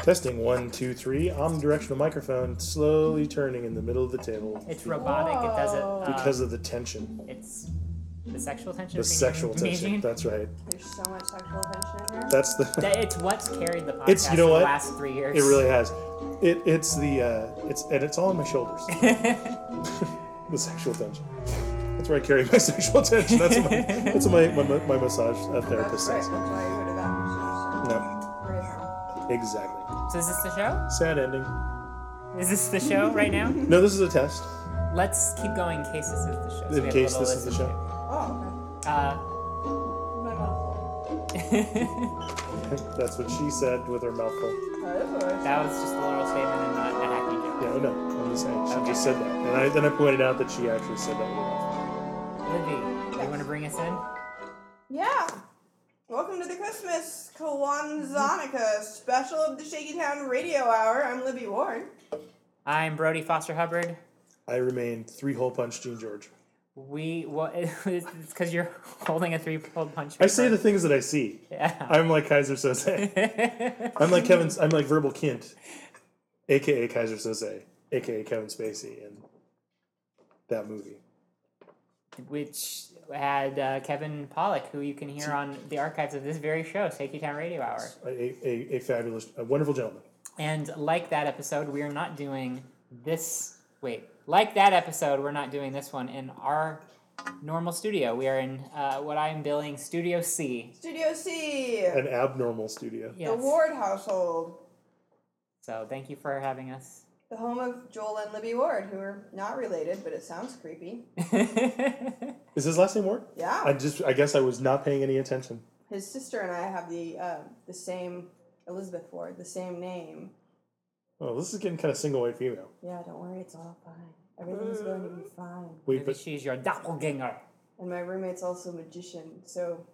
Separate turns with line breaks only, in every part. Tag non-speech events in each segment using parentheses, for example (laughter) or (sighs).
Testing one, two, three. Omnidirectional microphone slowly turning in the middle of the table
It's robotic. It doesn't. Uh,
because of the tension,
it's the sexual tension.
the
being
sexual tension.
mean?
That's right.
There's so much sexual tension in here.
That's the.
That- it's what's carried the podcast
It's- you know
for
what?
the last three years.
(laughs) It really has. It it's the uh, it's and it's all on my shoulders. the sexual tension. That's where I carry my (laughs) sexual tension. That's what my that's what my, my, my massage uh, therapist
That's right. That's
says.
why you would have asked
No,
me right now.
exactly.
So is this the show?
Sad ending.
Is this the show
(laughs)
right now?
No, this is a test.
Let's keep going in case this is the show. we
In
have a
case
little
this is the
listen
show.
Oh,
to. Uh,
okay. My mouth.
(laughs) That's what she said with her mouth full.
(laughs)
Oh,
that was just a literal statement and not a hacky joke.
Yeah, no, I'm just saying. She
Okay.
just said that, and I then I pointed out that she actually said that. with her mouth
Libby, you want to bring us in?
yeah. Welcome to the Christmas Kwanzaanica special of the Shaky Town Radio Hour. I'm Libby Ward.
I'm Brody Foster Hubbard.
full. I remain three hole punch Gene George.
We well, (laughs) it's because you're (laughs) holding a three-fold punch.
I say the things that I see.
(laughs) Yeah.
I'm like Kaiser
(laughs)
Soze. I'm like Kevin. I'm like Verbal Kint, aka Kaiser Soze, aka Kevin Spacey, in that movie.
which had uh, Kevin Pollock, who you can hear on the archives of this very show, Shaky Town Radio Hour.
A, a, a fabulous, a wonderful gentleman.
And like that episode, we are not doing this. Wait, like that episode, we're not doing this one in our normal studio. We are in uh, what I am billing Studio C.
Studio C.
An abnormal studio.
Yes.
The Ward household.
So thank you for having us.
The home of Joel and Libby Ward, who are not related, but it sounds creepy.
Is his last name Ward?
Yeah.
I just, I guess I was not paying any attention.
His sister and I have the uh, the same Elizabeth Ward, the same name.
Oh, this is getting kind of single white female.
Yeah, don't worry, it's all fine. Everything's
Uh-huh.
going to be fine.
Wait,
Maybe
but
she's your doppelganger.
And my roommate's also a magician, so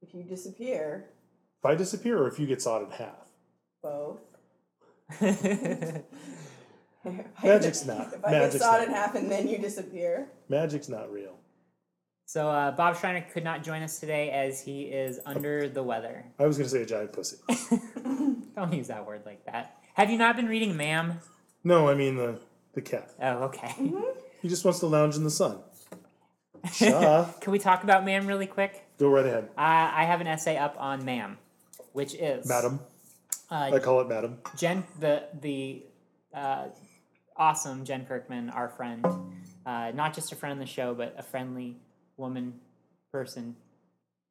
if you disappear,
if I disappear or if you get sawed in half, (laughs)
both. If I
Magic's
(laughs) get-
not-
If I
magic's
get sawed
not.
in half and then
(laughs)
you disappear,
magic's not real.
so uh, Bob Schreiner could not join us today as he is under the weather.
I was gonna say a giant pussy.
Don't use that word like that. Have you not been reading Ma'am?
No, I mean the the cat.
Oh, okay. (laughs)
He just wants to lounge in the sun.
(laughs)
Sha,
Can we talk about Ma'am really quick?
go right ahead,
I, I have an essay up on Ma'am, which is
madam.
Uh,
I call it madam.
Jen, the the uh, awesome Jen Kirkman, our friend, uh, not just a friend on the show, but a friendly woman, person,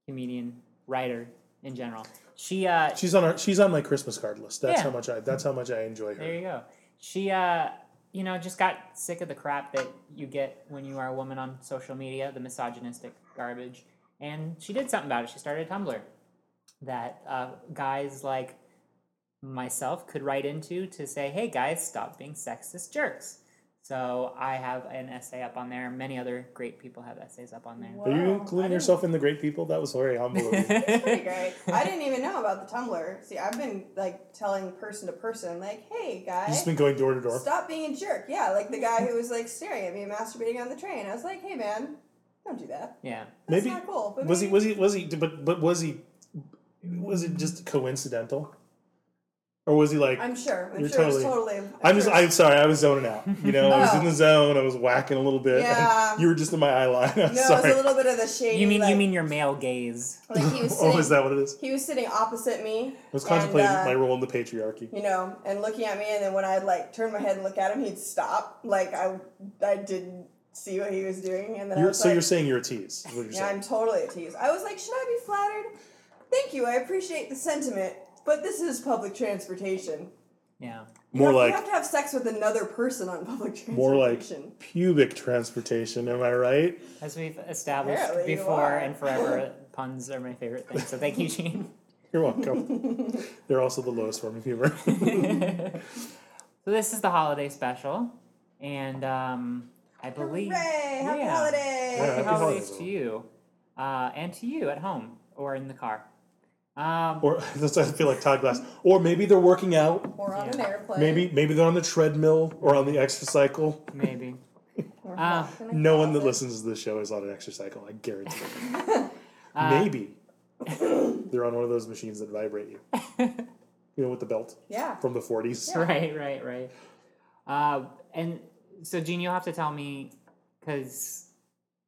comedian, writer in general. She, uh,
She's on our she's on my Christmas card list. That's
Yeah.
how much I that's how much I enjoy
there
her.
you go. She, uh, you know, just got sick of the crap that you get when you are a woman on social media, the misogynistic garbage, and she did something about it. She started a Tumblr that uh, guys like myself could write into to say, hey guys, stop being sexist jerks. So I have an essay up on there. Many other great people have essays up on there.
Are you
Wow, I
including
didn't-
yourself in the great people? That was very
(laughs)
humble of you.
pretty great. I didn't even know about the Tumblr. See, I've been like telling person to person, like, "Hey,
You've
guys,
just been going door to door.
stop being a jerk." Yeah, like
(laughs)
the guy who was like staring at me masturbating on the train. I was like, "Hey, man, don't do that.
yeah.
That's
Maybe
not cool." But
was he
maybe-
was he was he but but was he was it just coincidental? Or was he like
I'm sure. I'm
You're
sure it's
totally-
totally.
I'm just
sure.
I'm sorry, I was zoning out. You know, I was
(laughs) Oh.
in the zone, I was whacking a little bit. and
Yeah.
(laughs) You were just in my eye line. (laughs) I'm
No,
sorry.
it's a little bit of the shade.
You mean
like,
you mean your male gaze?
like
(laughs)
he was sitting,
oh, is that what it is?
he was sitting opposite me.
I was contemplating
and, uh,
my role in the patriarchy.
you know, and looking at me, and then when I'd like turn my head and look at him, he'd stop. Like I, I didn't see what he was doing, and then I
You're,
was
so
like,
you're saying you're a tease. Is what you're
Yeah,
saying.
I'm totally a tease. I was like, should I be flattered? Thank you, I appreciate the sentiment, but this is public transportation.
Yeah.
You
more
have- (laughs)
like
you have to have sex with another person on public transportation.
more like pubic transportation. Am I right?
As we've established
Apparently you
before
are.
and forever, puns are my favorite thing. So thank you, Gene.
You're welcome. They're also the lowest form of humor. (laughs)
So this is the holiday special, and um, I believe
Hooray! Happy
Yeah.
holidays!
Yeah.
happy
Happy
holidays
holidays,
to you, uh, and to you at home or in the car. Um,
or (laughs) that's I feel like Todd Glass. Or maybe they're working out.
Or on an
Yeah.
airplane.
Maybe maybe they're on the treadmill or on the extra cycle.
maybe. (laughs)
Or
Ah.
walking in a
No one that
closet.
listens to this show is on an extra cycle. I guarantee it.
Uh,
maybe they're on one of those machines that vibrate you. you know, with the belt
Yeah.
from the 40s.
Right, right, right. Uh, and so, Gene, you'll have to tell me because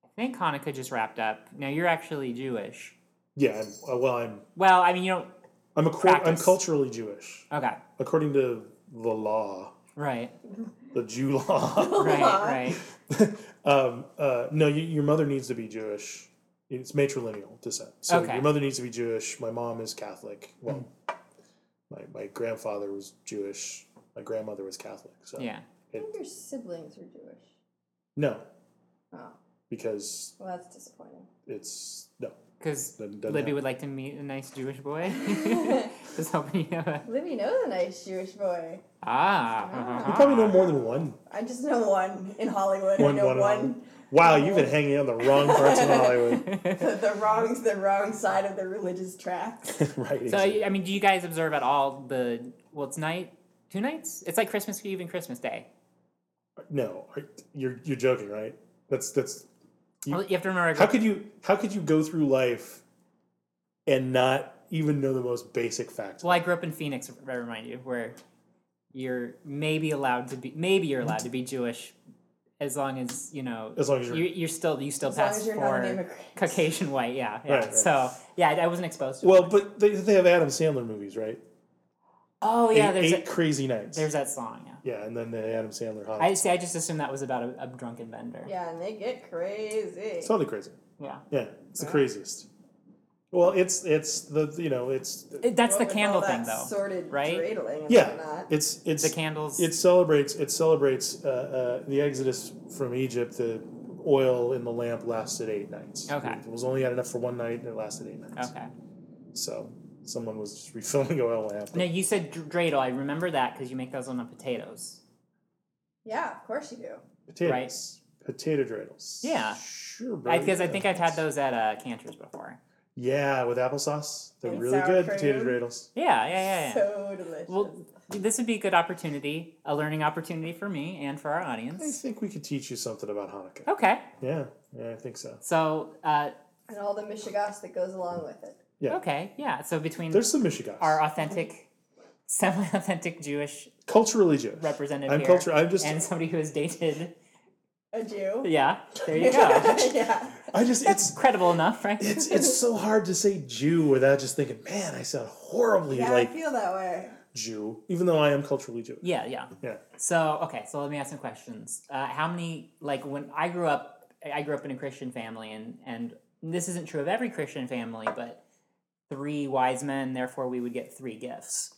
I think Hanukkah just wrapped up. Now, you're actually Jewish.
Yeah, I'm, uh, well, I'm
Well, I mean, you don't.
I'm a cor- I'm
Practice.
culturally Jewish
Okay.
according to the law,
Right,
the Jew law. (laughs)
right, right.
um, uh, no, you, your mother needs to be Jewish. It's matrilineal descent. So
Okay. Hmm.
your mother needs to be Jewish. My mom is Catholic. Well, my, my grandfather was Jewish. My grandmother was Catholic. So
Yeah.
I think your siblings were Jewish.
no,
Oh,
because
well, that's disappointing.
it's no.
Because
Doesn't- doesn't
Libby
happen.
would like to meet a nice Jewish
(laughs)
boy. (laughs) just hoping you have a.
Libby knows a nice Jewish boy.
Ah.
You probably know more than
(laughs)
one.
I just know one in Hollywood.
One,
I know
one,
one. (laughs)
one. Wow, you've been hanging out in the wrong parts of Hollywood. (laughs)
(laughs)
the, the wrong, the wrong side of the
(laughs)
religious tracks.
right.
So,
exactly.
I mean, do you guys observe at all the. Well, it's night. Two nights? It's like Christmas Eve and Christmas Day.
No, are- you're you're joking, right? That's that's You-
Well, you have to remember.
how could you how could you go through life and not even know the most basic facts?
Well, I grew up in Phoenix. if I remind you, where you're maybe allowed to be, maybe you're allowed to be Jewish, as long as you know.
As long as you're-
you you're still you still
As long
pass
as you're not an
for
immigrant.
Caucasian white. Yeah, yeah.
Right, right.
So yeah, I, I wasn't exposed to. it.
Well, but they, they have Adam Sandler movies, right?
oh yeah,
eight,
there's
Eight
that-
crazy nights.
there's that song. Yeah,
yeah, and then the Adam Sandler. Hot.
I see. I just assumed that was about a, a drunken vendor.
Yeah, and they get crazy.
it's totally crazy.
yeah.
Yeah, it's the craziest. Well, it's it's the you know it's
It- that's
What
the
with
candle
all
thing,
that
though.
Sordid
right?
dreidling and
yeah
whatnot.
it's it's
the candles.
It celebrates. It celebrates uh, uh, the exodus from Egypt. The oil in the lamp lasted eight nights.
Okay.
It was only had enough for one night, and it lasted eight nights.
okay.
So someone was just refilling (laughs) the oil lamp.
Now you said dr- dreidel. I remember that because you make those on the potatoes.
Yeah, of course you do.
Potatoes. Potato dreidels.
Yeah.
Sure, bro.
I Because I think I've had those at uh, Cantor's before.
Yeah, with applesauce. They're
And
really
sour
good.
cream.
Potato dreidels.
Yeah, yeah, yeah. yeah.
So delicious.
Well, this would be a good opportunity, a learning opportunity for me and for our
I
audience.
think we could teach you something about Hanukkah.
Okay,
Yeah, yeah, I think so.
so uh,
and all the mishigas that goes along with it.
Yeah.
okay, yeah. So between
There's some Michigas.
our authentic, semi-authentic Jewish
Culturally Jewish.
representative
I'm
here,
culture. I'm just.
and somebody who has dated,
A Jew.
yeah, there
(laughs)
you go.
yeah.
I just. It's.
Credible enough, right?
It's it's so hard to say Jew without just thinking, man, I sound horribly
Yeah, I
like
feel that way.
Jew, even though I am culturally Jewish.
Yeah, yeah.
Yeah.
So okay, so let me ask some questions. Uh, how many like when I grew up, I grew up in a Christian family, and and this isn't true of every Christian family, but three wise men, therefore we would get three gifts.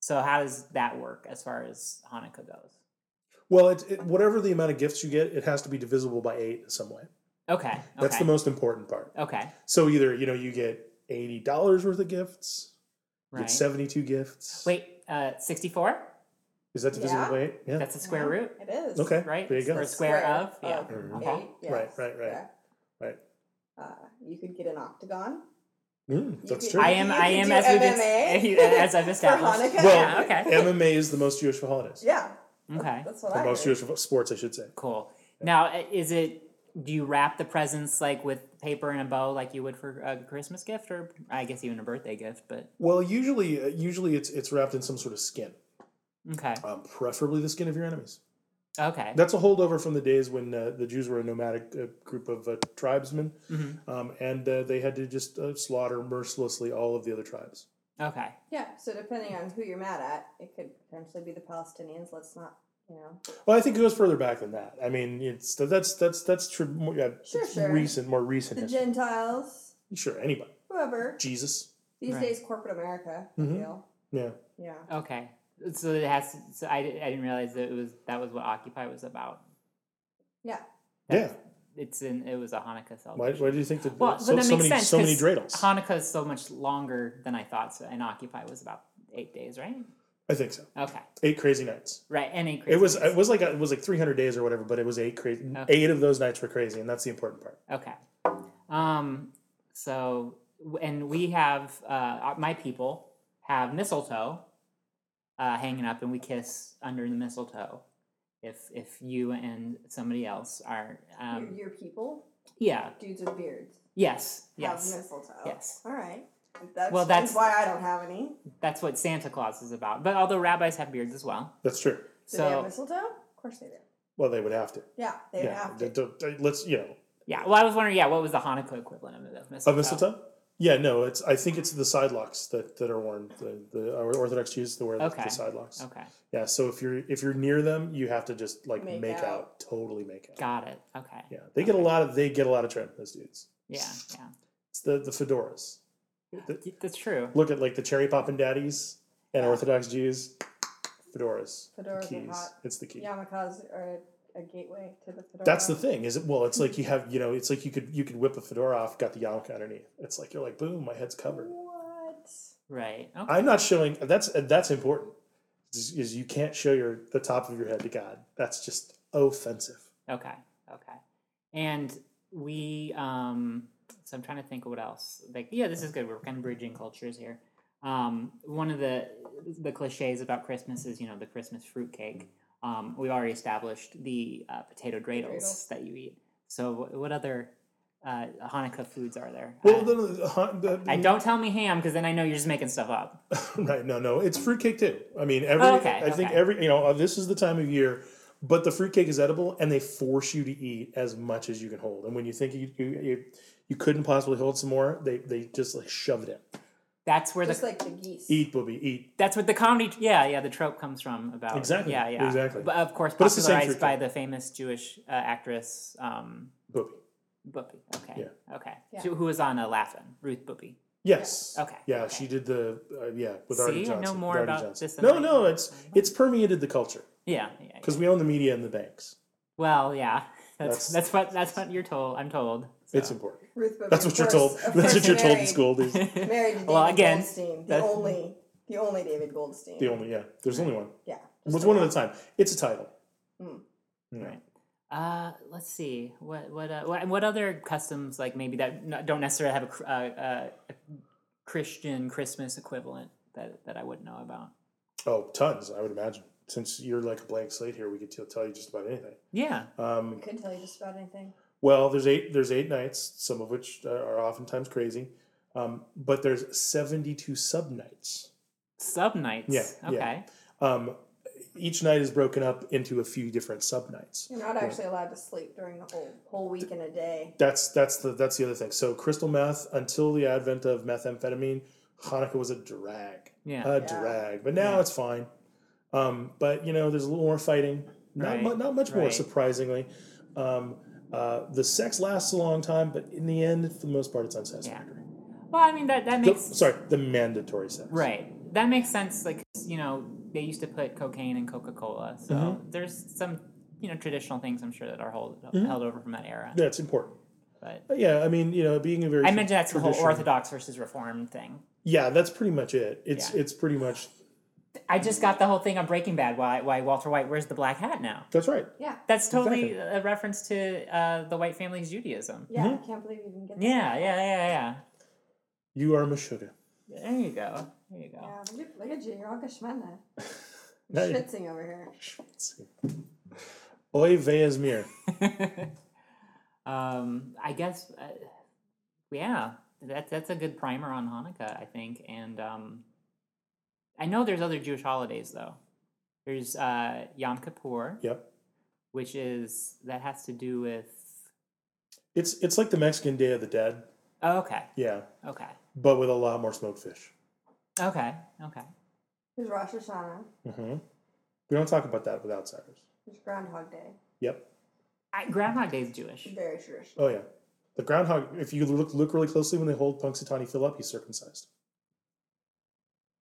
So how does that work as far as Hanukkah goes?
Well, it, it, whatever the amount of gifts you get, it has to be divisible by eight in some way.
Okay, okay,
That's the most important part.
okay,
So either you know you get eighty dollars worth of gifts, you
right.
get seventy two gifts.
Wait, uh, sixty-four?
is that divisible
Yeah.
by eight? Yeah.
That's a square root,
It is.
okay.
right?
There you go.
Or square,
Square
of? Yeah. Mm-hmm. Uh-huh.
of
Mhm.
Okay.
Eight, yes,
Right, right, right,
correct.
right.
Uh, you could get an octagon.
Mm, that's
could-
true. (laughs)
I am.
You
I
can
am
do
as we've
MMA.
ex- (laughs) as I've
(laughs) For
established. yeah.
Hanukkah?
Well-
Okay.
MMA is the most Jewish of holidays.
Yeah,
Okay.
that's what
The
I
most
heard.
Jewish of sports, I should say.
Cool. Now, i- is it? Do you wrap the presents like with paper and a bow, like you would for a Christmas gift, or I guess even a birthday gift? But
Well, usually, uh, usually it's it's wrapped in some sort of skin,
okay,
um, preferably the skin of your enemies.
okay,
That's a holdover from the days when uh, the Jews were a nomadic uh, group of uh, tribesmen,
Mhm.
um, and uh, they had to just uh, slaughter mercilessly all of the other tribes.
okay.
Yeah, so depending on who you're mad at, it could potentially be the Palestinians. Let's not, you know.
Well, I think it goes further back than that. I mean, it's that's that's that's true. More, yeah,
Sure,
it's
sure.
Recent, more recent.
The
history.
Gentiles,
sure, anybody.
whoever.
Jesus.
These
Right.
days, corporate America,
Mhm.
I feel.
Yeah.
Yeah.
Okay. So it has. To, so I, di- I didn't realize that it was that was what Occupy was about.
Yeah.
Yeah.
It's in. It was a Hanukkah
Why,
celebration.
why do you think that?
Well,
so,
but that
so
makes
many,
sense.
so many
'cause
dreidels.
Hanukkah is so much longer than I thought. So, and Occupy was about eight days, right?
I think so.
Okay.
Eight crazy nights.
Right. And eight.
It was
Christmas.
it was like it was like 300 days or whatever, but it was eight crazy.
Okay.
Eight of those nights were crazy, and that's the important part.
Okay. Um. So, w- and we have uh, uh, my people have mistletoe uh, hanging up, and we kiss under the mistletoe. If if you and somebody else are,
your,
um,
your people,
yeah,
dudes with beards,
yes,
have
yes,
mistletoe.
yes.
All right. That's,
Well, that's-
why I don't have any.
That's what Santa Claus is about. But although rabbis have beards as well,
That's true.
Do they have
so
mistletoe? Of course they do.
Well, they would have to.
Yeah, they
yeah.
have to.
d- d- let's you know
yeah. Well, I was wondering, yeah, what was the Hanukkah equivalent of the mistletoe?
a mistletoe. Yeah, no, it's. I think it's the side locks that, that are worn. The, the our Orthodox Jews they wear the-
Okay.
the side locks.
Okay,
Yeah, so if you're if you're near them, you have to just like make,
Make
out.
out.
totally make out.
got it. Okay,
Yeah, they get a lot of they get a lot of trim. Those dudes.
yeah, yeah.
It's the the fedoras.
Y- That's true.
Look at like the cherry poppin' daddies and
Yeah.
Orthodox Jews. Fedoras. the
Fedoras are
keys.
hot.
It's the key.
Yarmulkes are a, a gateway to the fedora.
That's the thing, is it? Well, it's like you have, you know, it's like you could you could whip a fedora off, got the yarmulke underneath. It's like you're like, boom, my head's covered.
What?
Right. Okay.
I'm not showing. That's that's important. Is, is you can't show your the top of your head to God. That's just offensive.
Okay. Okay. And we um so I'm trying to think of what else. Like yeah, this is good. We're kind of bridging cultures here. Um one of the the clichés about Christmas is, you know, the Christmas fruitcake. Um we already established the uh, potato dreidels
Dreidels.
that you eat. So wh- what other uh, Hanukkah foods are there?
Well,
Uh,
the, the, the-
I don't tell me ham because then I know you're just making stuff up.
Right? (laughs) No, no. It's fruitcake too. I mean, every.
Oh, okay,
I think
okay.
every. You know, uh, this is the time of year, but the fruitcake is edible, and they force you to eat as much as you can hold. And when you think you you, you, you couldn't possibly hold some more, they they just like shove it in.
That's where the
Just like the geese.
Eat, booby, eat.
That's what the comedy, yeah, yeah, the trope comes from about
Exactly,
yeah, yeah,
exactly.
But of course,
But it's the same
popularized by
fruitcake.
the famous Jewish uh, actress um,
Booby.
Buppy. Okay, okay,
Yeah.
She- who was on uh, Laughing Ruth Buppy.
Yes.
Okay,
Yeah,
okay.
she did the uh, yeah with
See, I
Artie
know
Johnson. with
more
Artie
about
Johnson.
this than
No,
I-
no, it's it's permeated the culture
Yeah, yeah, yeah.
because we own the media and the banks.
Well, yeah, (laughs)
That's-
that's, that's what that's what you're told. I'm told. so.
It's important.
Ruth Bader
That's what you're
Force-
told.
of
That's what
course
you're told in
married-
school.
(laughs)
These the
Married to David
Well, again,
Goldstein, the
that's-
only, the only David Goldstein.
only yeah. There's only one.
Yeah.
It's
just
one
the
at a time. It's a title.
Mm.
Yeah.
Right. Uh, let's see what what uh, what, what other customs like maybe that no- don't necessarily have a, cr- uh, uh, a Christian Christmas equivalent that that I wouldn't know about.
Oh, tons. I would imagine. Since you're like a blank slate here, we could t- tell you just about anything.
Yeah,
Um,
Could tell you just about anything.
well, there's eight. There's eight nights, some of which are oftentimes crazy, um, but there's 72 sub nights.
sub nights.
Yeah, yeah.
Okay.
Um, each night is broken up into a few different sub nights.
You're not actually allowed to sleep during the whole whole week and a day.
That's that's the that's the other thing. So crystal meth until the advent of methamphetamine, Hanukkah was a drag,
Yeah.
a
Yeah.
drag. But now
Yeah.
it's fine. Um, but you know, there's a little more fighting. Not
Right,
mu- not much more
right.
surprisingly. Um, uh, the sex lasts a long time, but in the end, for the most part, it's unsatisfactory.
Well, I mean that that
The-
makes
sorry, the mandatory sex.
right. That makes sense. Like 'cause, you know, they used to put cocaine in Coca Cola, so there's some you know traditional things I'm sure that are hold, held over from that era.
Yeah, it's important.
But
But yeah, I mean, you know, being a very
I imagine that's the whole
traditional-
Orthodox versus Reformed thing.
Yeah, that's pretty much it. It's
Yeah.
it's pretty much
I just got the whole thing on Breaking Bad. Why why Walter White wears the black hat now?
that's right.
Yeah.
That's totally a reference to uh, the white family's Judaism.
Yeah.
Mm-hmm.
I can't believe you didn't get that.
Yeah, yeah, yeah,
You are Meshuggah.
yeah. There you go. There you go.
Yeah, look, at- look at you. You're all geschmenda.
Now you-
Schwitzing over here.
Oy Ve'ezmir.
um, I guess, uh, yeah, that, that's a good primer on Hanukkah, I think. And um, I know there's other Jewish holidays, though. There's uh, Yom Kippur,
Yep.
which is, that has to do with,
It's it's like the Mexican Day of the Dead.
oh, okay,
Yeah,
okay,
but with a lot more smoked fish.
okay, okay.
There's Rosh Hashanah.
hmm We don't talk about that with outsiders.
There's Groundhog Day.
Yep.
I, Groundhog Day's Jewish.
Very traditional.
Oh yeah. The groundhog. If you look look really closely when they hold Punxsutawney Phil up, he's circumcised.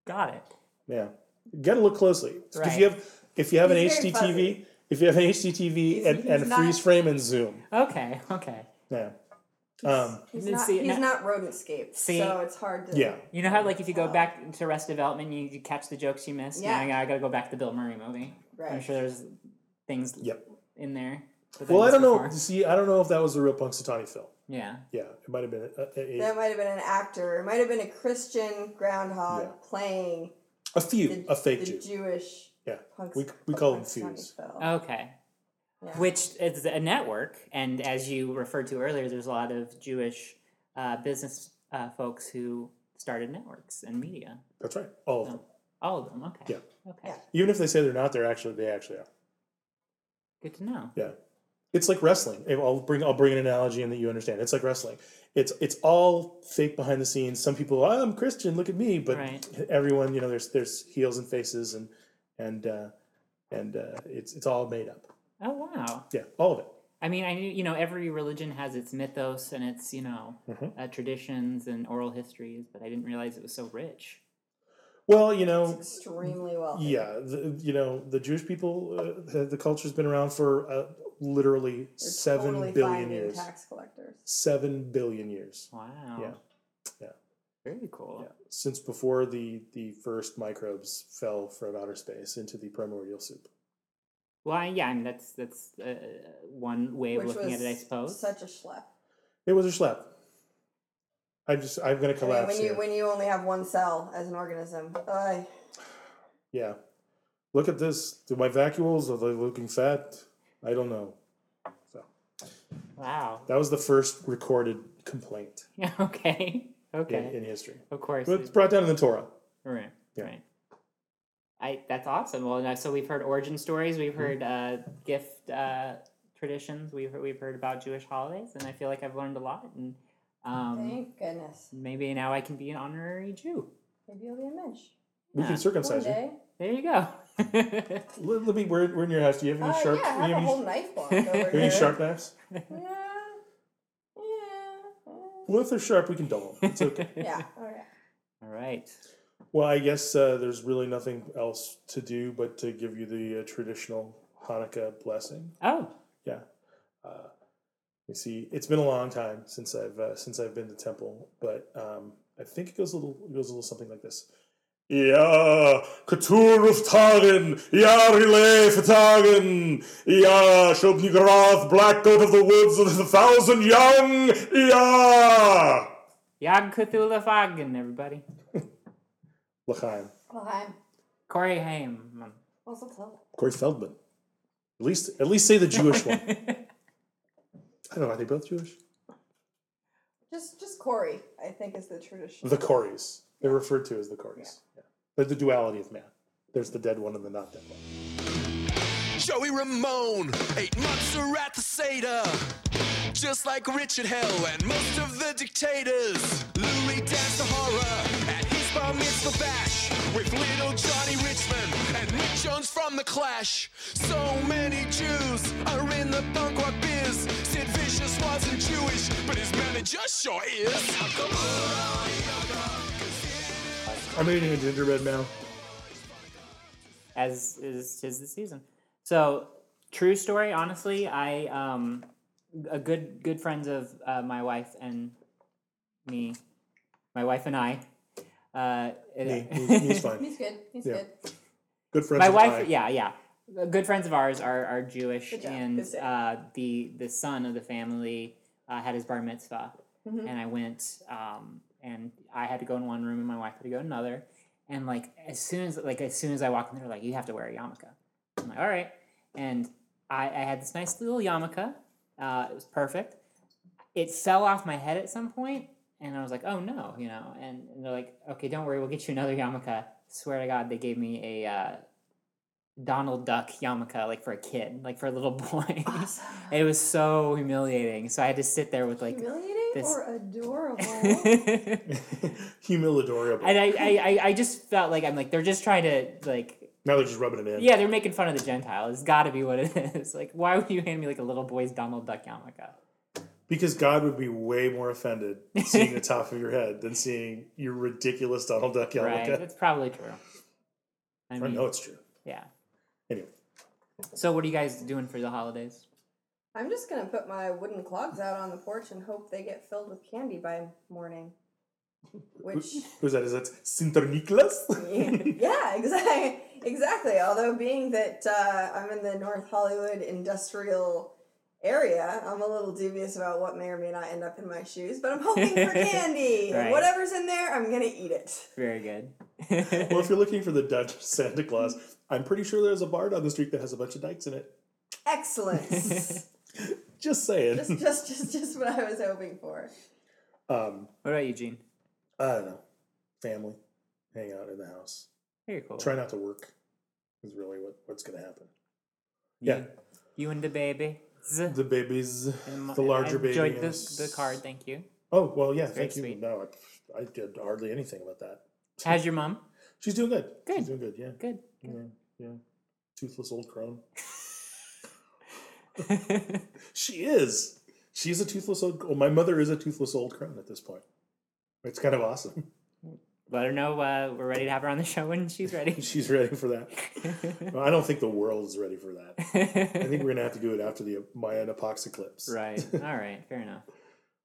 Got it.
Yeah. You gotta look closely if you
Right.
have if you have
He's
an
very
HDTV if you have an HDTV
He's-
and,
he's
and
not-
freeze frame and zoom.
Okay, okay.
Yeah. Um,
He's
Let's
not,
see,
he's
now-
not rodentscaped,
See?
so it's hard to.
yeah.
You know how, like, if you go
Wow.
back to Rest Development, you, you catch the jokes you missed?
Yeah.
Now I gotta go back to the Bill Murray movie. I'm
Right.
sure there's things
Yep.
in there. that
Well, I
missed
don't know.
before.
See, I don't know if that was the real Punxsutawney Phil.
Yeah.
Yeah, it might have been a, a, a,
That might have been an actor. It might have been a Christian groundhog
Yeah.
playing
a
the,
few, a fake
the
Jew.
Jewish.
Yeah.
Punks,
We- we call them
punks Johnny
Fuse.
Phil.
Okay.
Yeah.
Which is a network, and as you referred to earlier, there's a lot of Jewish uh, business uh, folks who started networks and media.
That's right. All of them.
All of them. Okay. Okay.
Yeah.
Even if they say they're not, they're actually they actually are.
Good to know.
Yeah. It's like wrestling. If I'll bring I'll bring an analogy in that you understand. It's like wrestling. It's it's all fake behind the scenes. Some people, "Oh, I'm Christian, look at me, but
Right.
everyone, you know, there's there's heels and faces and and uh, and uh, it's it's all made up.
Oh wow.
Yeah, all of it.
I mean, I knew you know every religion has its mythos and its you know
Mhm.
uh, traditions and oral histories, but I didn't realize it was so rich.
Well, you
It's
know,
extremely wealthy.
yeah, the, you know, the Jewish people, uh, the, the culture's been around for uh, literally
They're
seven
totally
billion
finding
years.
Tax collectors.
7 billion years.
Wow.
Yeah. Yeah.
Very cool.
Yeah, since before the the first microbes fell from outer space into the primordial soup.
Well, I- yeah, I mean that's that's uh, one way of
Which
looking at
was
it, I suppose.
Such a schlep.
It was a schlep. I'm just I'm gonna
I mean,
collapse
when you
here.
when you only have one cell as an organism, Ay.
yeah, look at this. Do my vacuoles are they looking fat? I don't know. So
wow. (laughs)
that was the first recorded complaint
Yeah. Okay. Okay.
in, in history.
of course.
But
it-
it's brought down in the Torah.
Right.
Yeah.
Right. I that's awesome. Well, now, so we've heard origin stories, we've heard uh, gift uh, traditions, we've we've heard about Jewish holidays, and I feel like I've learned a lot. And um,
Thank goodness.
maybe now I can be an honorary Jew.
Maybe you'll be a Midge.
We
Yeah.
can circumcise
One
you.
day.
There you go. (laughs)
Let, let me. We're, we're in your house. Do you have any
Uh,
sharp?
yeah, I
do you
have a
have
whole
any, (laughs)
knife block over
do you
here.
have any
(laughs)
sharp knives?
Yeah. Yeah.
Well, if they're sharp, we can dull them. It's okay.
Yeah.
(laughs)
Okay.
All right.
Well, I guess uh, there's really nothing else to do but to give you the uh, traditional Hanukkah blessing.
Oh,
Yeah. Uh, you see, it's been a long time since I've uh, since I've been to temple, but um, I think it goes a little it goes a little something like this. Ja, Kultur auf Tagen, ja, Relay for Tagen, ja, Schopnigrath, Black Goat of the Woods of the Thousand Young, ja!
Yag Cthulhu Fagin, everybody.
Lachaim.
Well, I'm
Corey Haim.
also tall.
Corey Feldman. At least, at least say the Jewish
(laughs)
one. I don't know. Are they both Jewish?
Just just Corey, I think, is the tradition.
The Coreys. They're referred to as the Coreys. Yeah. They're the duality of man. There's the dead one and the not dead one.
Joey Ramone, eight months are at the Seder. Just like Richard Hell and most of the dictators. Louis danced the horror at his bar mitzvah bash with little Johnny Richmond and Rick Jones from The Clash. So many Jews are in the punk rock biz. Sid Vicious wasn't Jewish, but his manager sure is.
I'm eating a gingerbread now.
as is tis the season. So true story. Honestly, I um a good good friends of uh, my wife and me, my wife and I. Uh,
Me,
it-
me, me's fine.
(laughs)
He's good. He's
Yeah.
good.
Good friends.
my
of
wife,
mine.
yeah, yeah. Uh, Good friends of ours are are Jewish,
Good job.
and
Good save.
uh, the the son of the family uh, had his bar mitzvah,
Mm-hmm.
and I went, um, and I had to go in one room, and my wife had to go in another, and like as soon as like as soon as I walked in, they were like, "You have to wear a yarmulke." I'm like, "All right," and I, I had this nice little yarmulke. Uh, it was perfect. It fell off my head at some point, and I was like, "Oh no," you know. And, and they're like, "Okay, don't worry, we'll get you another yarmulke." Swear to God, they gave me a uh, Donald Duck yarmulke, like for a kid, like for a little (laughs) boy. it was so humiliating. So I had to sit there with
(laughs)
like,
Humiliating
this-
or
(laughs)
adorable?
and
(laughs) Humilidorable.
I, I, I, I just felt like I'm like they're just trying to like,
now they're just rubbing it in.
yeah, they're making fun of the Gentile. It's got to be what it (laughs) is. Like, why would you hand me like a little boy's Donald Duck yarmulke?
Because God would be way more offended seeing the top of your head than seeing your ridiculous Donald Duck
Right?
(laughs) yarmulke.
That's probably true. I
I
mean,
know it's true.
yeah.
Anyway,
So, what are you guys doing for the holidays?
I'm just gonna put my wooden clogs out on the porch and hope they get filled with candy by morning.
(laughs)
Which
who's that? Is that Sinter Niklas? (laughs)
yeah, exactly. Exactly. Although, being that uh, I'm in the North Hollywood industrial area, I'm a little dubious about what may or may not end up in my shoes. But I'm hoping
(laughs)
for candy. And
Right.
Whatever's in there, I'm gonna eat it.
Very good. (laughs)
well, if you're looking for the Dutch (laughs) Santa Claus, I'm pretty sure there's a bar down the street that has a bunch of dykes in it.
Excellent.
(laughs)
just,
Just saying.
just, just, just what I was hoping for.
(laughs) um,
what about you, Gene?
I don't know. family, hang out in the house.
Very cool.
Try not to work is really what, what's going to happen. Yeah.
You and the baby. Z-
The babies,
and my-
the larger
I
baby.
enjoyed the,
is-
the card. Thank you.
Oh, well, yeah.
very
Thank you.
sweet.
No, I, I did hardly anything about that.
How's your mom?
She's doing good.
Good.
She's doing good, yeah.
(laughs) Good.
Yeah, yeah. Toothless old crone. She is. She's a toothless old. Well, my mother is a toothless old crone at this point. It's kind of awesome.
Let her know uh, we're ready to have her on the show when she's
(laughs)
ready.
She's ready for that. Well, I don't think the world is ready for that. I think we're gonna have to do it after the Mayan apocalypse.
right. All right. Fair enough.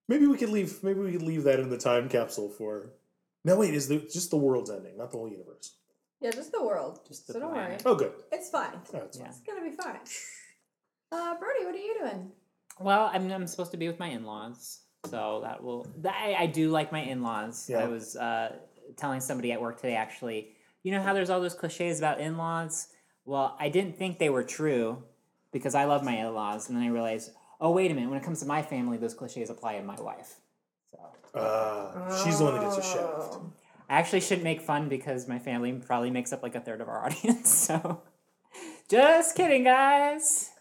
Maybe we could leave. Maybe we could leave that in the time capsule for. No, wait. Is the just the world's ending, not the whole universe?
Yeah, just the world.
Just the
so don't
planet.
Oh, good.
worry. It's fine.
Oh, that's
Yeah.
fine.
It's gonna be fine. Uh, Brody, what are you doing?
Well, I'm, I'm supposed to be with my in-laws, so that will. That, I, I do like my in-laws. I
Yeah.
was uh, telling somebody at work today, actually. You know how there's all those cliches about in-laws? Well, I didn't think they were true because I love my in-laws, and then I realized, oh wait a minute, when it comes to my family, those cliches apply to my wife. So
Ah, she's the one that gets a shaft.
Oh.
I actually shouldn't make fun because my family probably makes up like a third of our (laughs) audience. So just kidding, guys.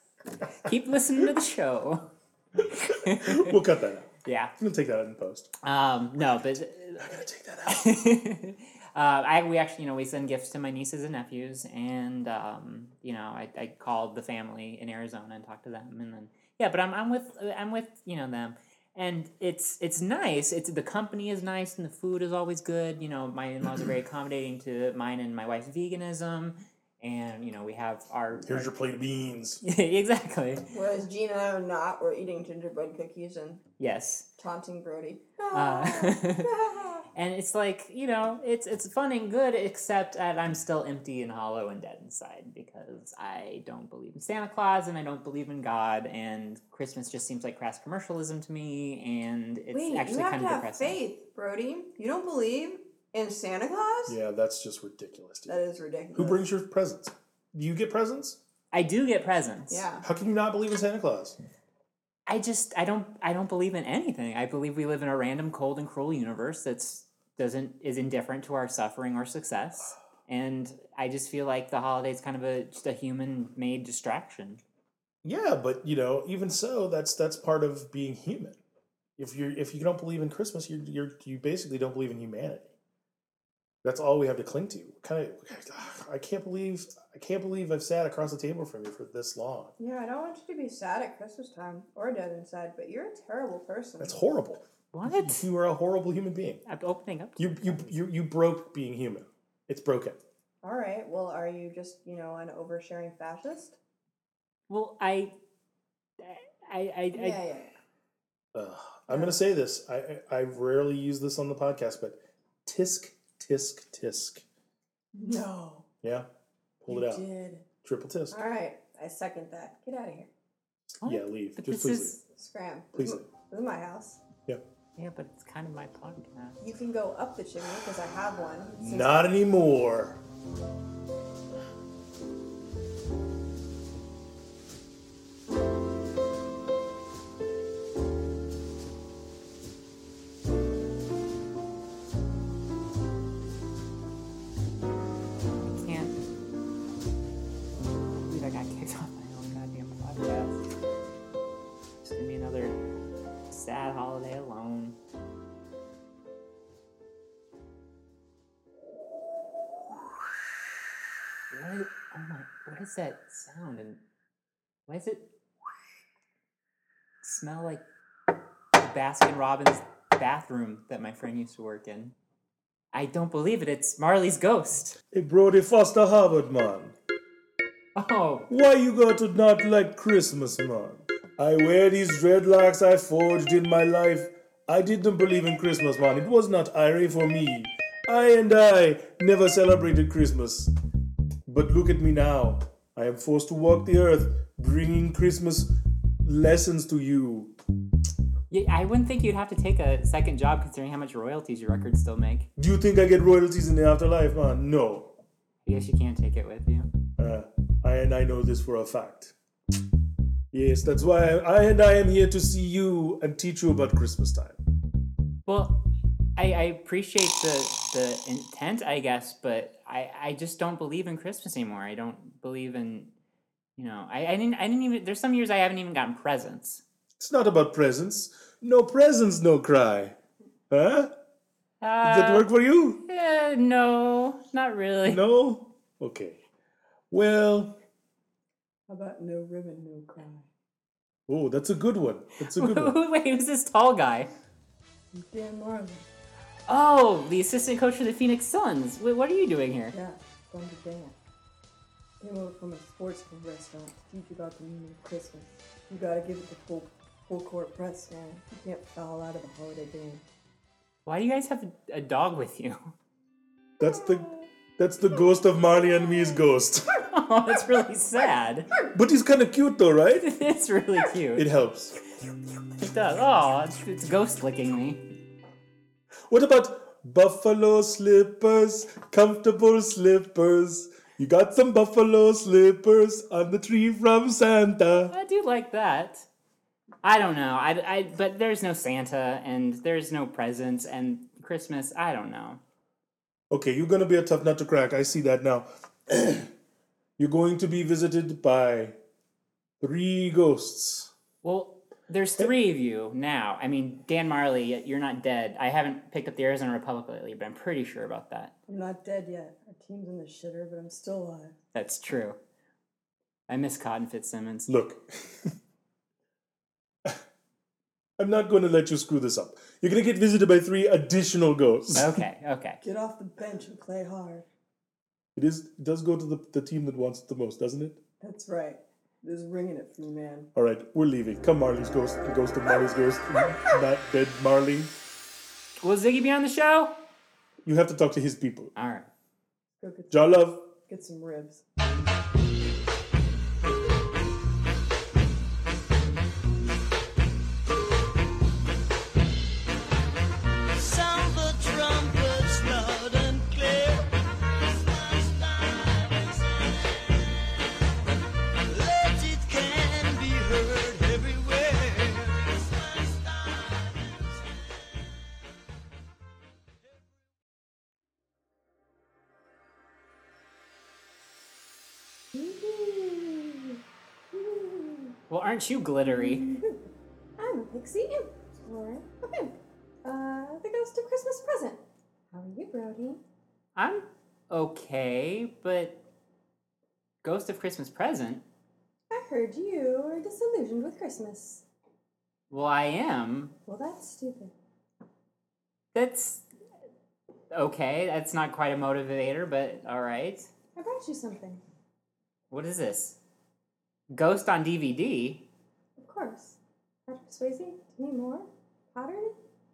Keep listening to the show.
we'll cut that out.
Yeah.
I'm gonna take that out in post.
Um, no, but
I'm gonna take that out.
(laughs) uh, I we actually you know we send gifts to my nieces and nephews, and um, you know I, I called the family in Arizona and talked to them, and then yeah, but I'm I'm with I'm with you know them, and it's it's nice. It's the company is nice, and the food is always good. You know my in laws are very accommodating to mine and my wife's veganism, and you know we have our
Here's your plate of beans.
(laughs) exactly
Whereas Gina and Not were eating gingerbread cookies and
yes.
taunting Brody.
Uh, (laughs)
Ah.
and it's like you know it's it's fun and good except that i'm still empty and hollow and dead inside because i don't believe in santa claus and i don't believe in god and christmas just seems like crass commercialism to me and it's
Wait,
actually
you have
kind
to
of
have
depressing
faith, Brody. You don't believe in Santa Claus?
Yeah, that's just ridiculous. Dude.
That is ridiculous.
Who brings your presents? Do you get presents?
i do get presents
Yeah.
How can you not believe in Santa Claus?
i just i don't i don't believe in anything i believe we live in a random cold and cruel universe that's doesn't is indifferent to our suffering or success and i just feel like the holidays kind of a just a human made distraction
Yeah, but you know, even so, that's that's part of being human. If you are if you don't believe in Christmas, you are you're you basically don't believe in humanity. That's all we have to cling to. Kind of, I can't believe I can't believe I've sat across the table from you for this long.
Yeah, I don't want you to be sad at Christmas time or dead inside, but you're a terrible person.
That's horrible.
what
You are a horrible human being.
(laughs) I'm opening up.
You you you you broke being human. It's broken.
All right. Well, are you just, you know, an oversharing fascist?
Well, I, I, I,
Yeah,
I
yeah. yeah.
Uh, I'm going to say this. I, I I rarely use this on the podcast, but tisk tisk tisk.
No.
Yeah, pull
you
it out.
did.
Triple tisk.
All right. I second that. Get out of here.
What?
Yeah, leave.
Oh, But
Just
this
please
is
Scram.
Please
This is- This is my house.
yeah, but it's kind of my podcast.
You can go up the chimney because I have one. since
Not anymore.
I can't. Dude, I got kicked (laughs) off my own goddamn podcast. Just gonna be another sad holiday alone. What? Oh my! What is that sound? And why does it smell like Baskin Robbins bathroom that my friend used to work in? I don't believe it. It's Marley's ghost.
Hey, Brody Foster Harvard, man.
Oh,
Why you got to not like Christmas, man? I wear these dreadlocks I forged in my life. I didn't believe in Christmas, man. It was not Irie for me. I and I never celebrated Christmas. But look at me now. I am forced to walk the earth, bringing Christmas lessons to you.
Yeah, I wouldn't think you'd have to take a second job considering how much royalties your records still make.
Do you think I get royalties in the afterlife, man? No.
I guess you can't take it with you.
Uh, I and I know this for a fact. Yes, that's why I, I and I am here to see you and teach you about Christmas time.
Well, I, I appreciate the, the intent, I guess, but I, I just don't believe in Christmas anymore. I don't believe in, you know, I, I didn't I didn't even. There's some years I haven't even gotten presents.
It's not about presents. No presents, no cry. Huh?
Uh,
Did that work for you?
eh, no, not really. (laughs)
No? Okay. Well,
How about no ribbon, no cry?
oh, that's a good one. That's a good
(laughs)
one.
Wait, who's this tall guy?
Dan Marley.
Oh, the assistant coach for the Phoenix Suns. Wait, what are you doing here?
Yeah, from the Dan. Came over from a sports food restaurant to teach you about the meaning of Christmas. You gotta give it the full full court press, man. You can't foul out of a holiday game.
Why do you guys have a- a dog with you? (laughs)
That's the that's the ghost of Marley and me's ghost.
Oh, that's really sad.
But he's kind of cute though, right?
(laughs) It's really cute.
It helps.
It does. Oh, it's, it's ghost licking me.
What about buffalo slippers, comfortable slippers? You got some buffalo slippers on the tree from Santa.
I do like that. I don't know. I, I but there's no Santa and there's no presents and Christmas. I don't know.
Okay, you're gonna be a tough nut to crack. I see that now. (clears throat) you're going to be visited by three ghosts.
Well, there's three of you now. I mean, Dan Marley, you're not dead. I haven't picked up the Arizona Republic lately, but I'm pretty sure about that.
I'm not dead yet. Our team's in the shitter, but I'm still alive.
That's true. I miss Cotton Fitzsimmons.
Look, (laughs) I'm not going to let you screw this up. You're going to get visited by three additional ghosts.
Okay, okay.
Get off the bench and play hard.
It is it does go to the, the team that wants it the most, doesn't it?
That's right. This is ringing it for you, man.
All right, we're leaving. Come, Marley's ghost, the ghost of Marley's
(laughs)
ghost, not dead Marley.
Will Ziggy be on the show?
You have to talk to his people.
All right.
Go get,
John Love,
get some ribs.
Sound the trumpets loud and clear. Christmas time is in. Let it can be heard everywhere. Christmas time is in.
Well, aren't you glittery?
I'm a pixie explorer. Okay. Uh, the ghost of Christmas present. How are you, Brody?
I'm okay, but Ghost of Christmas Present?
I heard you are disillusioned with Christmas.
Well, I am.
Well, that's stupid.
That's okay. That's not quite a motivator, but all right.
I brought you something.
What is this? Ghost on DVD?
Of course. Patrick Swayze, Demi Moore, Potter.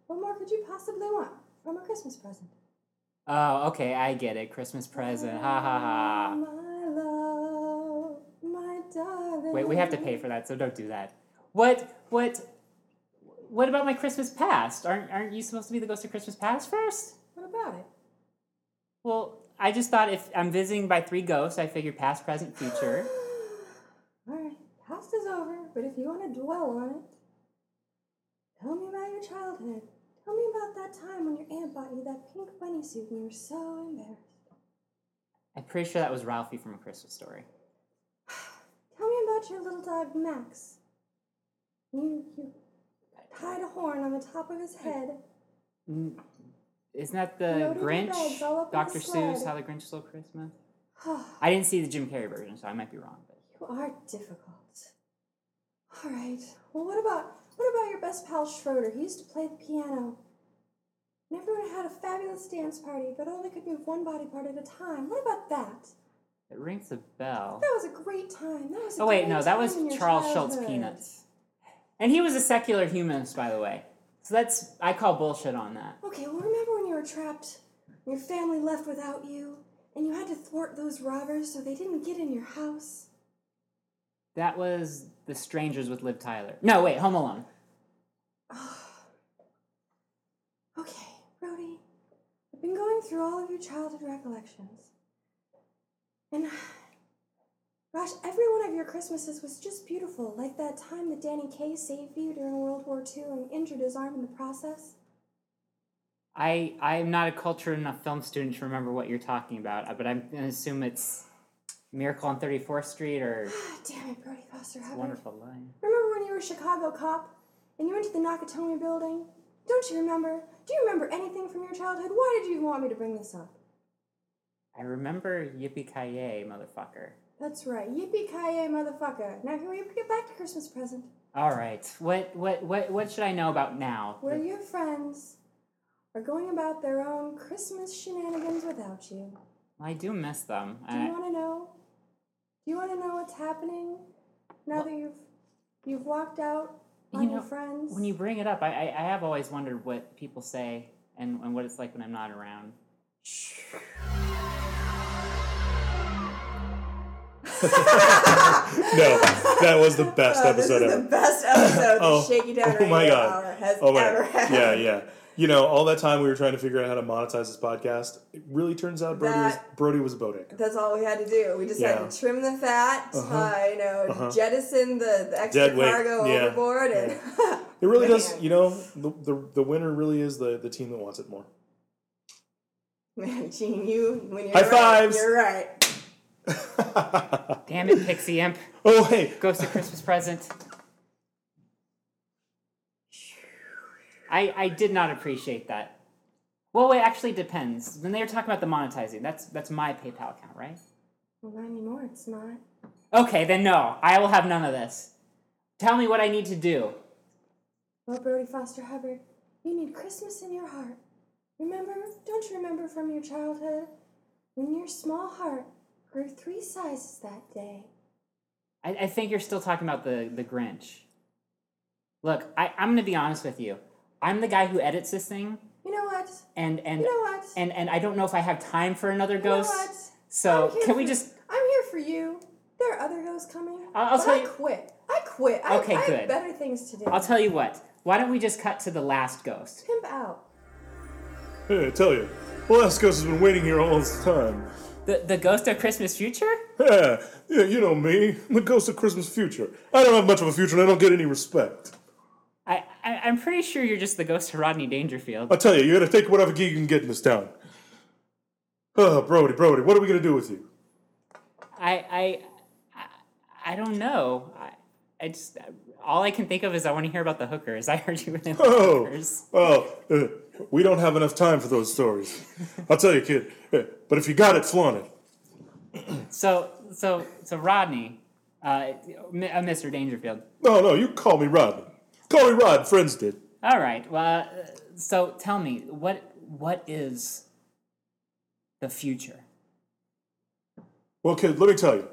What more could you possibly want from a Christmas present?
Oh, okay. I get it. Christmas present. Ha ha ha.
My love, my darling.
Wait, we have to pay for that, so don't do that. What? What? What about my Christmas past? Aren't Aren't you supposed to be the ghost of Christmas past first?
What about it?
Well, I just thought if I'm visiting by three ghosts, I figured past, present, future.
All right, past is over, but if you want to dwell on it, tell me about your childhood. Tell me about that time when your aunt bought you that pink bunny suit and you were so embarrassed.
I'm pretty sure that was Ralphie from A Christmas Story.
Tell me about your little dog Max. You you tied a horn on the top of his head.
Isn't that the
Loaded the
Grinch?
bags all up in
Dr.
the
Seuss,
sled.
How the Grinch Stole
(sighs)
Christmas? I didn't see the Jim Carrey version, so I might be wrong. But
You are difficult. All right. Well, what about what about your best pal Schroeder? He used to play the piano. And everyone had a fabulous dance party, but only could move one body part at a time. What about that?
it rings a bell.
That was a great time. That was. A
Oh wait,
great
no, that
time
was
in your
Charles Schultz
childhood.
Peanuts. And he was a secular humanist, by the way. So that's I call bullshit on that.
Okay, well, remember when you were trapped, and your family left without you, and you had to thwart those robbers so they didn't get in your house?
That was The Strangers with Liv Tyler. No, wait, Home Alone.
Okay, Brody, I've been going through all of your childhood recollections. And gosh, every one of your Christmases was just beautiful, like that time that Danny Kaye saved you during World War II and injured his arm in the process.
I I am not a cultured enough film student to remember what you're talking about, uh, but I'm gonna assume it's Miracle on 34th Street
(sighs)
or
God damn it, Brody Foster Hubbard.
Wonderful Life.
Remember when you were a Chicago cop and you went to the Nakatomi building? Don't you remember? Do you remember anything from your childhood? Why did you even want me to bring this up?
I remember Yippee Ki Yay, motherfucker.
That's right. Yippee ki yay, motherfucker. Now, can we get back to Christmas present?
All right, what what what what should I know about now?
Where your friends are going about their own Christmas shenanigans without you.
I do miss them.
Do you
I,
want to know? Do you want to know what's happening now that you've you've walked out
You
on
know,
your friends?
(coughs)
when you bring it up, I, I I have always wondered what people say and, and what it's like when I'm not around.
No, that was the best
Oh,
episode
this is
ever.
the best episode
Oh.
the Shaky Down
(laughs) Oh my
Radio
God.
Hour has
Oh my,
ever
(laughs)
had.
yeah, yeah. You know, all that time we were trying to figure out how to monetize this podcast. It really turns out Brody was
That-
Brody was a boat anchor.
That's all we had to do. We just
Yeah.
had to trim the fat, uh you know,
Uh-huh.
jettison the, the extra
Dead weight.
cargo
Yeah.
overboard, and
(laughs)
It really does. You know, the, the the winner really is the the team that wants it more. (laughs)
man, Gene, you when you're
High
right,
fives.
you're right.
Damn it, Pixie Imp!
oh hey,
Ghost of Christmas Present. I I did not appreciate that. Well, it actually depends. When they were talking about the monetizing, that's that's my PayPal account, right?
well, not anymore. It's not.
Okay, then no, I will have none of this. Tell me what I need to do.
Well, Brody Foster Hubbard, you need Christmas in your heart. Remember, don't you remember from your childhood when your small heart grew three sizes that day?
I, I think you're still talking about the, the Grinch. Look, I, I'm gonna be honest with you. I'm the guy who edits this thing,
You know what?
and and
You know what?
and and I don't know if I have time for another
you know
ghost.
what?
So
I'm here
Oh, can we
for-
just?
I'm here for you. There are other ghosts coming.
I'll- I'll
but
tell
I
you-
quit. I quit. I,
Okay,
I
good.
have better things to do.
I'll tell you what. Why don't we just cut to the last ghost?
Pimp out.
hey, I tell you, the last ghost has been waiting here all this time.
The the ghost of Christmas future?
Yeah, yeah, you know me, I'm the ghost of Christmas future. I don't have much of a future, and I don't get any respect.
I, I I'm pretty sure you're just the ghost of Rodney Dangerfield.
I tell you, you gotta take whatever gig you can get in this town. Oh, Brody, Brody, what are we gonna do with you?
I I I, I don't know. I, I just all I can think of is I want to hear about the hookers. I heard you were in the
Oh.
hookers.
Oh, uh, we don't have enough time for those stories. I'll tell you, kid. uh, But if you got it, flaunt it.
So so so Rodney, uh, M- uh, Mr. Dangerfield.
No, no, you call me Rod. Call me Rod. Friends did.
All right. Well, uh, so tell me what what is the future?
Well, kid, let me tell you.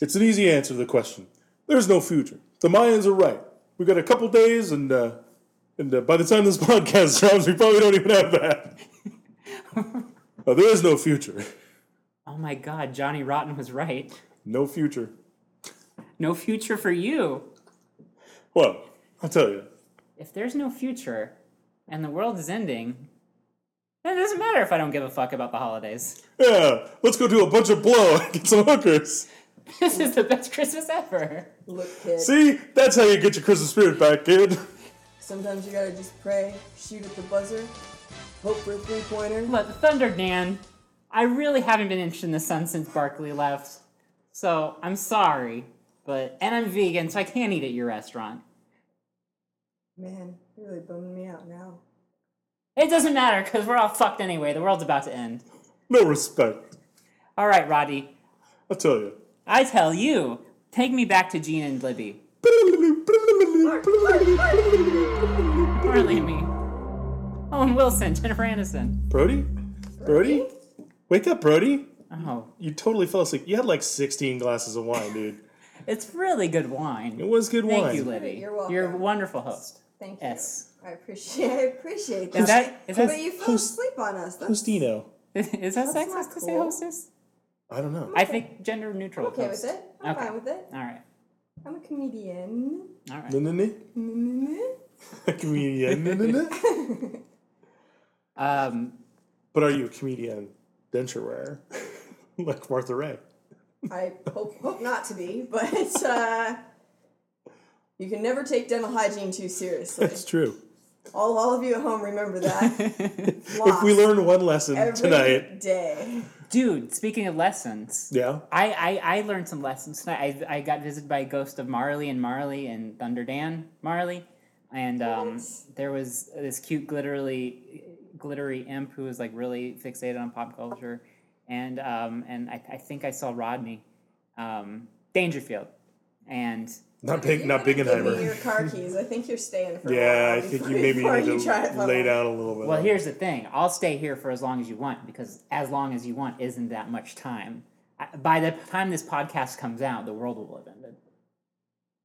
It's an easy answer to the question. There's no future. The Mayans are right. We got a couple days, and uh, and uh, by the time this (laughs) podcast drops, we probably don't even have that. Uh, there is no future.
Oh my God, Johnny Rotten was right.
No future.
No future for you.
Well, I'll tell you.
If there's no future, and the world is ending, then it doesn't matter if I don't give a fuck about the holidays. (laughs)
Yeah, let's go do a bunch of blow and get some hookers.
This is the best Christmas ever.
Look, kid.
See, that's how you get your Christmas spirit back, kid.
Sometimes you gotta just pray, shoot at the buzzer, hope for a three pointer.
But the Thunder Dan, I really haven't been interested in the sun since Barkley left. So I'm sorry, but and I'm vegan, so I can't eat at your restaurant.
Man, you're really bumming me out now.
It doesn't matter because we're all fucked anyway. The world's about to end.
No respect.
All right, Roddy.
I'll tell you.
I tell you, take me back to Gene and Libby, or leave me. Owen Wilson, Jennifer Aniston.
Brody? Brody? Wake up, Brody.
Oh,
You totally fell asleep. You had like 16 glasses of wine, dude.
it's really good
It
wine.
was good
Thank
wine.
you, Libby.
You're welcome.
a wonderful host.
Thank you.
Yes. (laughs)
I appreciate I appreciate that.
Is that is
but
that
you fell
Who's-
asleep on us. That's
Postino.
is that
That's
sexist
not
to say
cool.
hostess?
I don't know.
I think gender neutral.
I'm okay
host.
with it. I'm
Okay.
fine with it.
All right.
I'm a comedian. Mm-hmm.
All right.
Na-na-na. A (laughs) comedian. Na-na-na.
Um,
But are you a comedian denture wearer? (laughs) like Martha Ray.
I hope hope not to be, but uh, you can never take dental hygiene too
(laughs)
seriously.
That's true.
All, all of you at home remember that.
if we
Lost
learn one lesson
every
tonight,
day.
Dude, speaking of lessons,
yeah,
I, I, I learned some lessons tonight. I, I got visited by a ghost of Marley and Marley and Thunder Dan Marley, and um, there was this cute glittery glittery imp who was like really fixated on pop culture, and um, and I, I think I saw Rodney um, Dangerfield, and
not big, not
Give me your
Bingenheimer.
car keys. I think you're staying for a
Yeah,
while
I think
before-
you maybe
before
need
you try it
to
for
lay
long.
down a little bit.
well,
on
here's the thing: I'll stay here for as long as you want because as long as you want isn't that much time. I, by the time this podcast comes out, the world will have ended.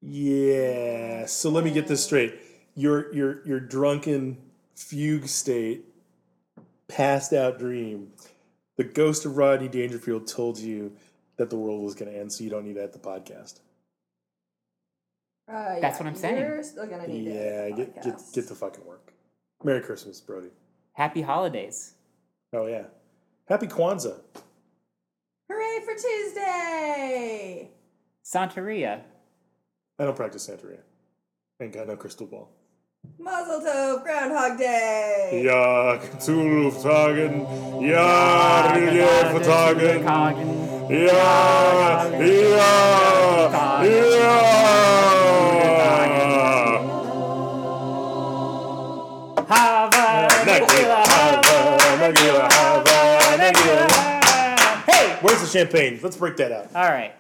Yeah. So let me get this straight. Your your your drunken fugue state, passed out dream. The ghost of Rodney Dangerfield told you that the world was going to end, so you don't need to at the podcast.
Uh,
That's
yeah,
what I'm saying.
You're still gonna need to
Yeah,
edit the
get get
podcast.
get to fucking work. Merry Christmas, Brody.
Happy holidays.
Oh yeah, Happy Kwanzaa.
Hooray for Tuesday!
Santeria.
I don't practice Santeria. Ain't got no crystal ball.
Mazel Tov, Groundhog Day!
Ja, Zuluftagen. Ja, Rügeftagen. Ja, ja, ja. Nagila, hava, nagila, hava, nagila.
Hey!
Where's the champagne? Let's break that out.
All right.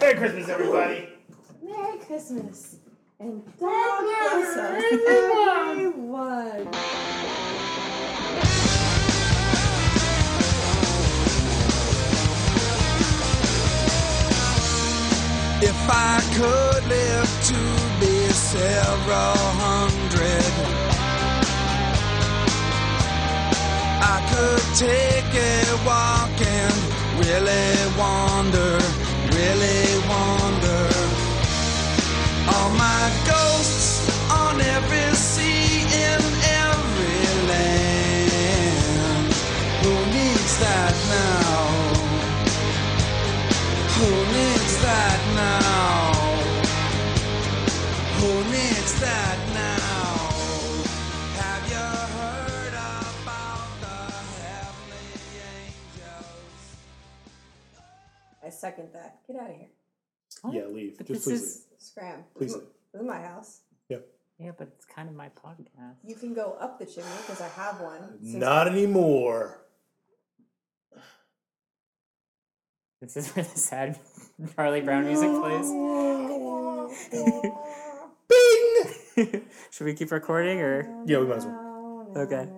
Merry Christmas, everybody.
Merry Christmas. And
God bless us, (laughs) everyone!
If I could live to be several hundred, I could take a walk and really wander, really wander. All my ghosts on every sea in every land. Who needs that now? Who needs that now? Who needs that now? Have you heard about the heavenly angels?
I second that. Get out of here.
Yeah, leave.
But
Just
this
please
is-
Scram.
Please
This is-
leave.
This is my house.
Yeah, but it's kind of my podcast.
You can go up the chimney because I have one.
leave. Not anymore.
This is where the sad (laughs) Charlie Brown music plays. (laughs) Bing! Should we keep recording or?
Yeah, we might as well.
Okay.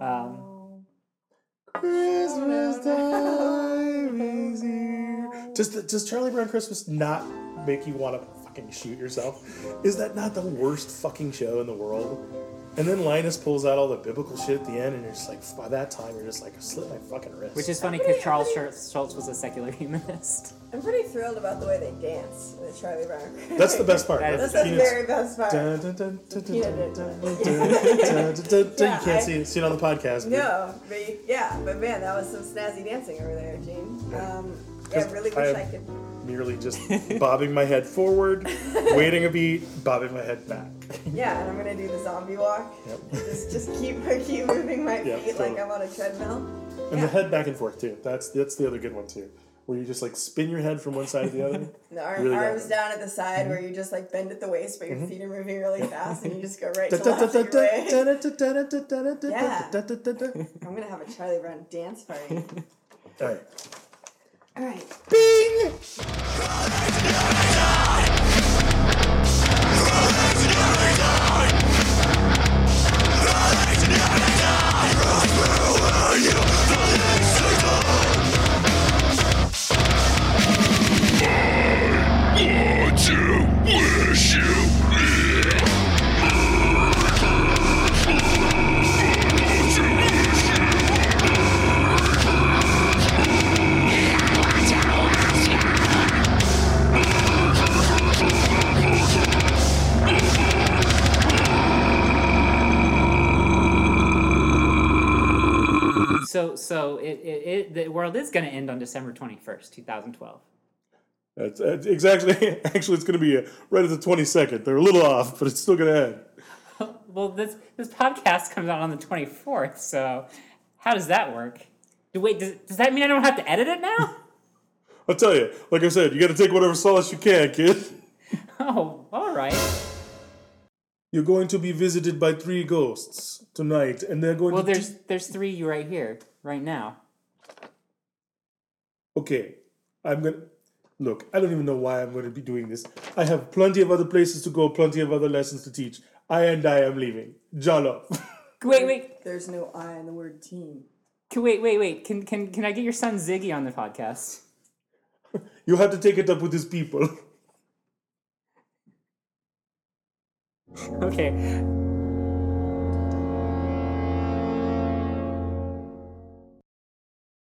Um,
Christmas time is here. Does, the, does Charlie Brown Christmas not make you want to fucking shoot yourself? Is that not the worst fucking show in the world? And then Linus pulls out all the biblical shit at the end, and you're just like, by that time, you're just like, I slit my fucking wrist.
which is funny because Charles Schultz Schultz was a secular (laughs) humanist.
I'm pretty thrilled about the way they dance with Charlie Brown.
that's the best part.
That
(laughs) That's
is-
the
Peanuts.
very best part.
Dun, dun, dun, dun, dun, dun,
Peanut.
dun, dun, dun, dun. You
Yeah, I-
can't see it, see it on the podcast. but-
No, but you- yeah, but man, that was some snazzy dancing over there, Gene. Um, yeah,
Just-
really wish
I
I,
have-
could.
merely just bobbing my head forward, waiting a beat, bobbing my head back.
Yeah, and I'm gonna do the zombie walk. (laughs) Just, just keep, (laughs) keep moving my
Yeah,
feet like
totally.
I'm on a treadmill.
And the head back and forth too. That's that's the other good one too, where you just like spin your head from one side to the other.
The arm,
Really Mm-hmm.
arms
rapid.
down at the side where you just like bend at the waist, but your feet are moving really fast, and you
(laughs)
just go right to
Da- da- da-
left
da-
and
da-
right.
da- da- da- da- da- da- da-
Yeah.
da- da- da- da.
I'm gonna have a Charlie Brown dance party.
(laughs) All right.
All right.
Bing!
So, so it, it, it the world is going to end on December twenty first, two thousand twelve.
That's, that's (laughs) exactly. Actually, it's going to be uh right at the twenty second. They're a little off, but it's still going to end.
well, this this podcast comes out on the twenty fourth. So, how does that work? Do, wait, does, does that mean I don't have to edit it now?
I'll tell you, like I said, you got to take whatever solace you can, kid. (laughs)
oh, all right.
You're going to be visited by three ghosts tonight, and they're going
Well,
to.
there's there's three you right here right now.
okay, I'm gonna look. I don't even know why I'm gonna be doing this. I have plenty of other places to go, plenty of other lessons to teach. I and I am leaving. Jalo. (laughs)
Wait, wait,
There's no I in the word team.
c- wait, wait, wait. Can can can I get your son Ziggy on the podcast? (laughs)
you have to take it up with his people.
Okay.